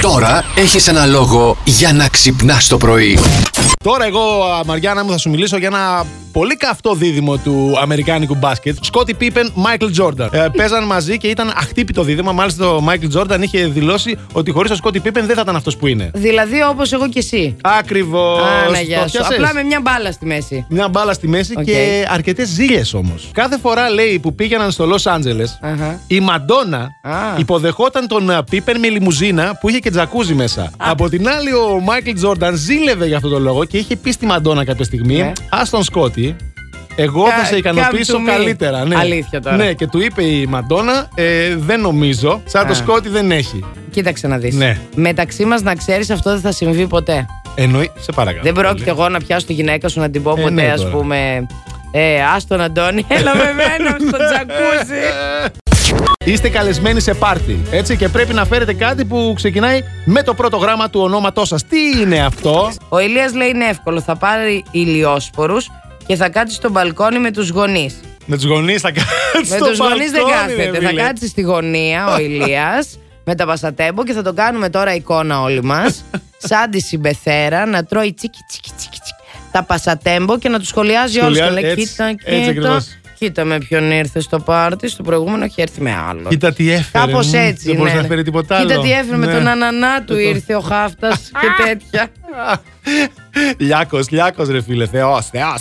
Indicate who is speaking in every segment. Speaker 1: Τώρα έχεις ένα λόγο για να ξυπνάς το πρωί.
Speaker 2: Τώρα εγώ, α, Μαριάννα μου, θα σου μιλήσω για ένα πολύ καυτό δίδυμο του Αμερικάνικου μπάσκετ. Σκότι Πίπεν, Μάικλ Τζόρνταν. Ε, παίζαν μαζί και ήταν αχτύπητο δίδυμα. Μάλιστα, ο Μάικλ Τζόρνταν είχε δηλώσει ότι χωρίς τον Σκότι Πίπεν δεν θα ήταν αυτός που είναι.
Speaker 3: Δηλαδή όπως εγώ και εσύ.
Speaker 2: Ακριβώς.
Speaker 3: Άνα, ναι, γεια σου. Απλά με μια μπάλα στη μέση.
Speaker 2: Μια μπάλα στη μέση
Speaker 3: Οκ.
Speaker 2: και αρκετές ζήλιε όμως. Κάθε φορά λέει που πήγαιναν στο Λος Άντζελες,
Speaker 3: Αχα.
Speaker 2: η Μαντόνα
Speaker 3: Α.
Speaker 2: υποδεχόταν τον ε, Πίπερ με λιμουζίνα που είχε και τζακούζι μέσα. Από την άλλη, ο Μάικλ Τζόρνταν ζήλευε για αυτόν τον λόγο και είχε πει στη Μαντόνα κάποια στιγμή:
Speaker 3: Ναι.
Speaker 2: Α τον Σκότι, εγώ
Speaker 3: Κα-
Speaker 2: θα σε ικανοποιήσω
Speaker 3: come to me.
Speaker 2: καλύτερα. Ναι.
Speaker 3: Αλήθεια τώρα.
Speaker 2: Ναι, και του είπε η Μαντόνα: «Ε, Δεν νομίζω, σαν το
Speaker 3: Α.
Speaker 2: Σκότι δεν έχει.
Speaker 3: Κοίταξε να δεις.
Speaker 2: Ναι.
Speaker 3: Μεταξύ μας να ξέρεις αυτό δεν θα συμβεί ποτέ.
Speaker 2: Εννοεί, σε παρακαλώ.
Speaker 3: Δεν πρόκειται εγώ να πιάσω τη γυναίκα σου να την πω
Speaker 2: Ε,
Speaker 3: ποτέ,
Speaker 2: ναι,
Speaker 3: ας
Speaker 2: τώρα.
Speaker 3: πούμε. Ε, άστον Αντώνη, έλα με μένα στο
Speaker 2: Ναι.
Speaker 3: τζακούζι.
Speaker 2: Είστε καλεσμένοι σε πάρτι. Έτσι και πρέπει να φέρετε κάτι που ξεκινάει με το πρώτο γράμμα του ονόματός σας. Τι είναι αυτό,
Speaker 3: Ο Ηλίας λέει είναι εύκολο, θα πάρει ηλιόσπορους και θα κάτσει στο μπαλκόνι με τους γονείς.
Speaker 2: Με τους γονείς θα κάτσει.
Speaker 3: με τους γονείς δεν κάθεται, θα κάτσει στη γωνία ο Ηλίας με τα πασατέμπο και θα τον κάνουμε τώρα εικόνα όλοι μας σαν τη συμπεθέρα να τρώει τσίκι τσίκι τσίκι, τσίκι τα πασατέμπο και να τους σχολιάζει όλους και
Speaker 2: Σχολιάζει,
Speaker 3: λέει
Speaker 2: έτσι,
Speaker 3: κοίτα
Speaker 2: έτσι
Speaker 3: κοίτα,
Speaker 2: ακριβώς.
Speaker 3: κοίτα με ποιον ήρθε στο πάρτι, στο προηγούμενο έχει έρθει με άλλον.
Speaker 2: Κοίτα τι έφερε.
Speaker 3: Κάπως
Speaker 2: μμμ,
Speaker 3: έτσι.
Speaker 2: Δεν μπορούσε
Speaker 3: ναι,
Speaker 2: να
Speaker 3: ναι.
Speaker 2: φέρει τίποτα άλλο.
Speaker 3: Κοίτα τι έφερε με
Speaker 2: Ναι.
Speaker 3: τον ανανά του ήρθε ο χάφτας και τέτοια.
Speaker 2: Λιάκος, λιάκος ρε φίλε. Θεός, θεός.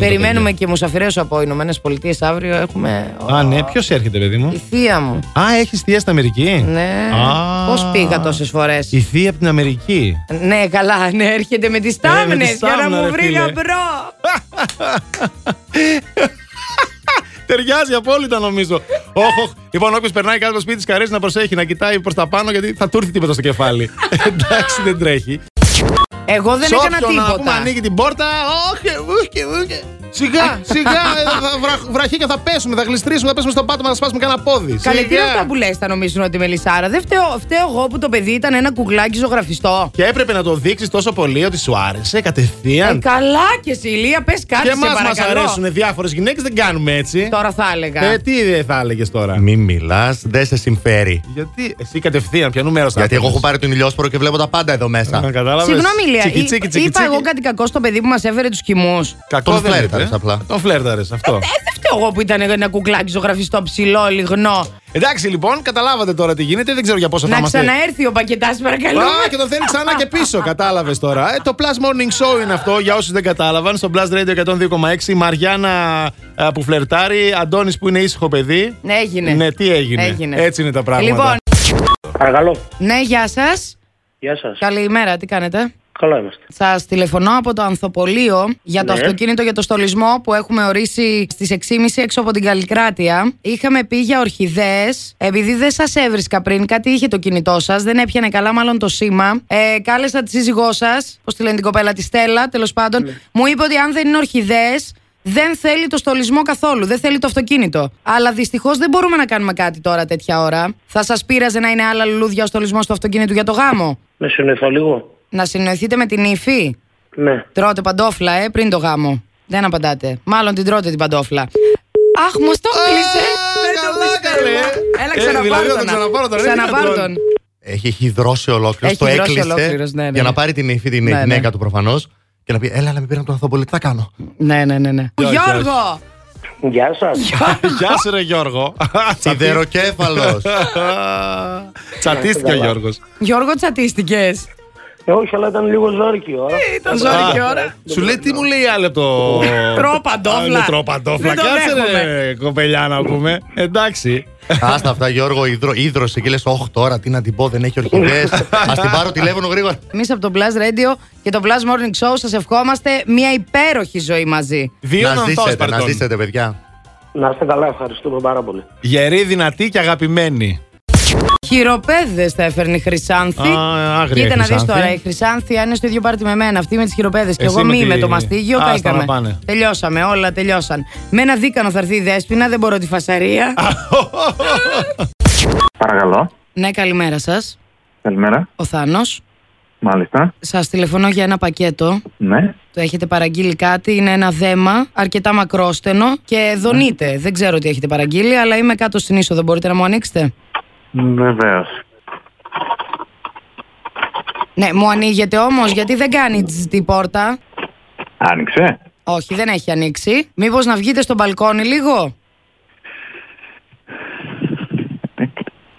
Speaker 3: Περιμένουμε και μουσαφιρέσω από Ηνωμένες Πολιτείες αύριο. Έχουμε.
Speaker 2: Α, ναι, ποιος έρχεται, παιδί
Speaker 3: Η
Speaker 2: μου.
Speaker 3: θεία μου.
Speaker 2: Α, έχεις θεία στην Αμερική.
Speaker 3: Ναι.
Speaker 2: Α.
Speaker 3: Πώς πήγα τόσες φορές.
Speaker 2: Η θεία από την Αμερική.
Speaker 3: Ναι, καλά, ναι, έρχεται με τις
Speaker 2: Ε, με
Speaker 3: τάμνε
Speaker 2: τις
Speaker 3: για να
Speaker 2: τάμνα,
Speaker 3: μου
Speaker 2: ρε
Speaker 3: βρει
Speaker 2: φίλε.
Speaker 3: γαμπρό.
Speaker 2: Ταιριάζει απόλυτα νομίζω. Όχ, όχ. Λοιπόν, όποιος περνάει κάτω από το σπίτι της καρέση να προσέχει, να κοιτάει προς τα πάνω γιατί θα του έρθει τίποτα στο κεφάλι. Εντάξει, δεν τρέχει.
Speaker 3: Εγώ δεν
Speaker 2: Σε
Speaker 3: έκανα
Speaker 2: όποιον να πούμε,
Speaker 3: τίποτα.
Speaker 2: ανοίγει την πόρτα. Όχι, ούχε, ούχε. Σιγά, σιγά, ε, θα βραχ- βραχίκια θα πέσουμε, θα γλιστρήσουμε, θα πέσουμε στο πάτωμα, θα σπάσουμε κανένα πόδι.
Speaker 3: Καλέ, τι είναι
Speaker 2: Σιγά.
Speaker 3: αυτά που λες, θα νομίζουν ότι είμαι λυσάρα. Δεν φταίω, φταίω εγώ που το παιδί ήταν ένα κουκλάκι ζωγραφιστό.
Speaker 2: Και έπρεπε να το δείξεις τόσο πολύ ότι σου άρεσε
Speaker 3: Ε,
Speaker 2: κατευθείαν.
Speaker 3: καλά και εσύ, Ηλία, πες κάτι
Speaker 2: και
Speaker 3: σε
Speaker 2: εμάς μας
Speaker 3: παρακαλώ.
Speaker 2: αρέσουν διάφορες γυναίκες, δεν κάνουμε έτσι.
Speaker 3: Τώρα θα έλεγα.
Speaker 2: Ε, τι ε, θα έλεγες τώρα.
Speaker 4: Μην μιλάς, δεν σε συμφέρει.
Speaker 2: Γιατί εσύ κατευθείαν, ποιανού μέρο θα
Speaker 4: Γιατί εγώ έχω
Speaker 2: πάρει.
Speaker 4: πάρει τον ηλιόσπορο και βλέπω τα πάντα εδώ μέσα.
Speaker 2: Κατάλαβες.
Speaker 3: Συγγνώμη, Ηλία.
Speaker 2: Τσίκι,
Speaker 3: εί-
Speaker 2: τσίκι,
Speaker 3: Είπα
Speaker 2: τσίκι, τσίκι. Ε,
Speaker 3: εγώ κάτι κακό στο παιδί που μας έφερε τους κοιμούς.
Speaker 2: Κακό
Speaker 4: Τον
Speaker 2: δεν
Speaker 4: φλέρταρες
Speaker 2: είπε.
Speaker 4: απλά.
Speaker 2: Τον φλέρταρες αυτό.
Speaker 3: Ε, δεν φταίω εγώ που ήταν ένα κουκλάκι ζωγραφιστό ψηλό, λιγνό.
Speaker 2: Εντάξει λοιπόν, καταλάβατε τώρα τι γίνεται. Δεν ξέρω για πόσο θα
Speaker 3: Να
Speaker 2: είμαστε.
Speaker 3: ξαναέρθει ο πακετάς, παρακαλώ.
Speaker 2: Α, και το θέλει ξανά και πίσω, κατάλαβες τώρα. Ε, το Plus Morning Show είναι αυτό, για όσους δεν κατάλαβαν. Στο Plus Radio 102,6. Η Μαριάννα ε, που φλερτάρει, Αντώνης που είναι ήσυχο παιδί.
Speaker 3: Ναι, έγινε.
Speaker 2: Ναι, τι έγινε.
Speaker 3: Έγινε.
Speaker 2: Έτσι είναι τα πράγματα.
Speaker 3: Λοιπόν,
Speaker 5: Παρακαλώ.
Speaker 3: ναι, γεια σας.
Speaker 5: Γεια σας.
Speaker 3: Καλημέρα, τι κάνετε.
Speaker 5: Καλά είμαστε.
Speaker 3: Σας τηλεφωνώ από το Ανθοπολείο για το
Speaker 5: Ναι.
Speaker 3: αυτοκίνητο για το στολισμό που έχουμε ορίσει στις 6.30 έξω από την Καλλικράτεια. Είχαμε πει για ορχιδέε, επειδή δεν σας έβρισκα πριν, κάτι είχε το κινητό σας, δεν έπιανε καλά, μάλλον το σήμα. Ε, κάλεσα τη σύζυγό σας, πώς τη λένε την κοπέλα, τη Στέλλα, τέλος πάντων. Μου είπε ότι αν δεν είναι ορχιδέε, δεν θέλει το στολισμό καθόλου, δεν θέλει το αυτοκίνητο. Αλλά δυστυχώς δεν μπορούμε να κάνουμε κάτι τώρα τέτοια ώρα. Θα σας πείραζε να είναι άλλα λουλούδια ο στολισμός του αυτοκίνητου για το γάμο.
Speaker 5: Με συνοηθώ λίγο.
Speaker 3: Να συνοηθείτε με την ύφη.
Speaker 5: Ναι.
Speaker 3: Τρώτε παντόφλα, ε, πριν το γάμο. Δεν απαντάτε. Μάλλον την τρώτε την παντόφλα. Αχ, μου το κλείσε. Δεν
Speaker 2: Ε,
Speaker 3: το
Speaker 2: καλά,
Speaker 3: πιστεύω.
Speaker 2: καλέ. Ε,
Speaker 3: Έλα,
Speaker 2: δηλαδή θα τον
Speaker 3: ξαναπάρω
Speaker 2: ξαναπάρω
Speaker 3: τον.
Speaker 2: τώρα, δεν
Speaker 3: Ξαναπάρω
Speaker 2: είναι
Speaker 3: τον.
Speaker 4: Έχει, έχει δρώσει ολόκληρος.
Speaker 3: Έχει
Speaker 4: Το
Speaker 3: δρώσει
Speaker 4: έκλεισε
Speaker 3: ολόκληρος, ναι, ναι,
Speaker 4: για
Speaker 3: ναι.
Speaker 4: να πάρει την ύφη, την
Speaker 3: Ναι, ναι.
Speaker 4: γυναίκα του προφανώς. Και να πει: Έλα, να μην πήραν τον Ανθόπολη, τι θα κάνω.
Speaker 3: Ναι, ναι, ναι. ναι. Γιώργο!
Speaker 5: Γεια σας.
Speaker 2: Γεια σου, ρε Γιώργο.
Speaker 4: Σιδεροκέφαλος.
Speaker 2: Τσατίστηκε ο Γιώργος.
Speaker 3: Γιώργο, τσατίστηκες.
Speaker 5: Ε, όχι, αλλά ήταν λίγο ζόρικιο. α.
Speaker 3: Ήταν ζώρικη ώρα.
Speaker 2: Σου λέει τι μου λέει η άλλη από το.
Speaker 3: Τρώω παντόφλα.
Speaker 2: Α, ναι, Τρώω παντόφλα.
Speaker 3: Δεν το
Speaker 2: Κάτσε ρε
Speaker 3: δέχομαι.
Speaker 2: κοπελιά να πούμε. Εντάξει.
Speaker 4: Άστα αυτά, Γιώργο, ίδρο, ίδρωσε και λες: Όχι τώρα, τι να την πω, δεν έχει ορχιδέε. Ας την πάρω τηλέφωνο γρήγορα.
Speaker 3: Εμείς από το Blast Radio και το Blast Morning Show σας ευχόμαστε μια υπέροχη ζωή μαζί.
Speaker 2: Δύο
Speaker 4: να
Speaker 2: νονθός,
Speaker 4: ζήσετε, να
Speaker 2: παρντών.
Speaker 4: ζήσετε, παιδιά.
Speaker 5: Να είστε καλά, ευχαριστούμε πάρα πολύ.
Speaker 2: Γερή, δυνατή και αγαπημένη.
Speaker 3: Χειροπέδες θα έφερνε η Χρυσάνθη.
Speaker 2: Α, άγρια
Speaker 3: Κοίτα
Speaker 2: η
Speaker 3: να δεις
Speaker 2: Χρυσάνθη.
Speaker 3: τώρα. Η Χρυσάνθη αν είναι στο ίδιο πάρτι με μένα. Αυτή με τις χειροπέδες. Και
Speaker 2: Εσύ
Speaker 3: εγώ
Speaker 2: με
Speaker 3: μη
Speaker 2: τη-
Speaker 3: με το μαστίγιο.
Speaker 2: Άστα
Speaker 3: Τα
Speaker 2: να
Speaker 3: είχαμε.
Speaker 2: πάνε.
Speaker 3: Τελειώσαμε. Όλα τελειώσαν. Με ένα δίκανο θα έρθει η Δέσποινα. Δεν μπορώ τη φασαρία.
Speaker 6: Παρακαλώ.
Speaker 3: ναι, καλημέρα σας.
Speaker 6: Καλημέρα.
Speaker 3: Ο Θάνος.
Speaker 6: Μάλιστα.
Speaker 3: Σας τηλεφωνώ για ένα πακέτο.
Speaker 6: Ναι.
Speaker 3: Το έχετε παραγγείλει κάτι. Είναι ένα δέμα αρκετά μακρόστενο και
Speaker 2: Ναι.
Speaker 3: δονείται. Δεν ξέρω τι έχετε παραγγείλει, αλλά είμαι κάτω στην είσοδο. Μπορείτε να μου ανοίξετε.
Speaker 6: Βεβαίως.
Speaker 3: Ναι, μου ανοίγεται όμως γιατί δεν κάνει τζ την πόρτα.
Speaker 6: Άνοιξε.
Speaker 3: Όχι, δεν έχει ανοίξει. Μήπως να βγείτε στο μπαλκόνι λίγο.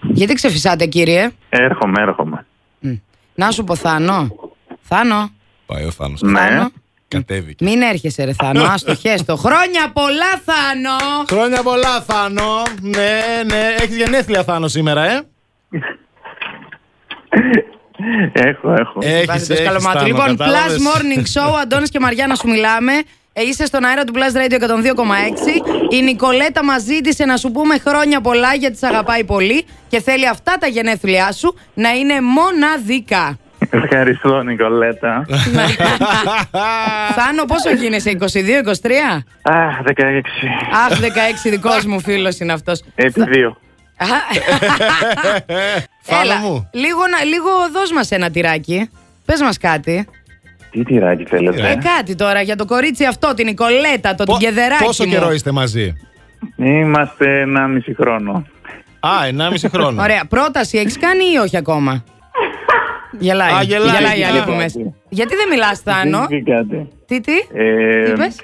Speaker 3: Γιατί ξεφυσάτε, κύριε.
Speaker 6: Έρχομαι, έρχομαι.
Speaker 3: Να σου πω, Θάνο. Θάνο.
Speaker 2: Πάει ο Θάνος.
Speaker 6: Ναι.
Speaker 3: Θάνο.
Speaker 2: Κατέβηκε.
Speaker 3: Μην έρχεσαι, ρε Θάνο. Άστο, χέστο. Χρόνια πολλά, Θάνο.
Speaker 2: Χρόνια πολλά, Θάνο. Ναι, ναι. Έχεις γενέθλια, Θάνο, σήμερα, ε.
Speaker 6: Έχω, έχω.
Speaker 2: Έχεις.
Speaker 3: Βάζετε το σκαλωμάτι. Λοιπόν, Plus Morning Show, Αντώνης και Μαριάννα σου μιλάμε. Ε, είσαι στον αέρα του Plus Radio 102,6. Η Νικολέτα μας ζήτησε να σου πούμε χρόνια πολλά γιατί σε αγαπάει πολύ και θέλει αυτά τα γενέθλιά σου να είναι μοναδικά.
Speaker 6: Ευχαριστώ, Νικολέτα.
Speaker 3: Θάνο, πόσο γίνεσαι, 22-23?
Speaker 6: Α, 16.
Speaker 3: Αχ, 16 δικός μου φίλος είναι αυτός.
Speaker 6: Επί δύο.
Speaker 3: Α,
Speaker 2: Θάνο
Speaker 3: Έλα,
Speaker 2: μου.
Speaker 3: λίγο, να- λίγο δώσ' μας ένα τυράκι. Πες μας κάτι.
Speaker 6: Τι τυράκι
Speaker 3: Ε,
Speaker 6: θέλετε.
Speaker 3: κάτι τώρα για το κορίτσι αυτό, την Νικολέτα, το τυγεδεράκι
Speaker 2: Πόσο
Speaker 3: μου.
Speaker 2: καιρό είστε μαζί.
Speaker 6: Είμαστε ένα μισή χρόνο.
Speaker 2: Α, 1,5 χρόνο.
Speaker 3: Ωραία. Πρόταση έχεις κάνει ή όχι ακόμα. γελάει.
Speaker 2: Α, γελάει.
Speaker 3: Γελάει η άλλη
Speaker 6: Α.
Speaker 3: από μέσα. Γιατί δεν μιλάς, Θάνο.
Speaker 6: Δεν κάτι.
Speaker 3: τι, τι,
Speaker 6: Ε,
Speaker 3: τι είπες?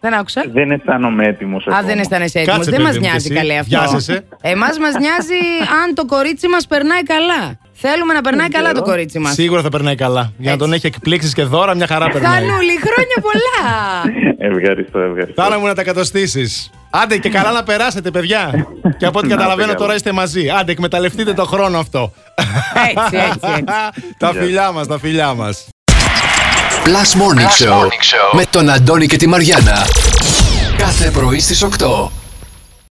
Speaker 3: Δεν άκουσα.
Speaker 6: Δεν αισθάνομαι έτοιμος.
Speaker 3: Α, δεν αισθάνεσαι έτοιμος.
Speaker 2: Κάτσε,
Speaker 3: Δεν μα
Speaker 2: παιδί μου,
Speaker 3: νοιάζει
Speaker 2: κι εσύ.
Speaker 3: καλέ αυτό.
Speaker 2: Βιάζεσαι.
Speaker 3: Εμάς μας νοιάζει αν το κορίτσι μας περνάει καλά. Θέλουμε να περνάει καλά το κορίτσι μας.
Speaker 2: Σίγουρα θα περνάει καλά. Για να τον έχει εκπλήξεις και δώρα, μια χαρά περνάει.
Speaker 3: Θανούλη, χρόνια πολλά!
Speaker 6: Ευχαριστώ, ευχαριστώ.
Speaker 2: Θάνα μου να τα κατοστήσεις. Άντε και καλά να περάσετε, παιδιά. και από ό,τι
Speaker 6: Να,
Speaker 2: καταλαβαίνω
Speaker 6: παιδιά.
Speaker 2: τώρα είστε μαζί. Άντε, εκμεταλλευτείτε το χρόνο αυτό.
Speaker 3: έτσι, έτσι, έτσι.
Speaker 2: τα φιλιά μας, τα φιλιά μας.
Speaker 1: Plus Morning, Show, με τον Αντώνη και τη Μαριάνα. Κάθε πρωί στις 8.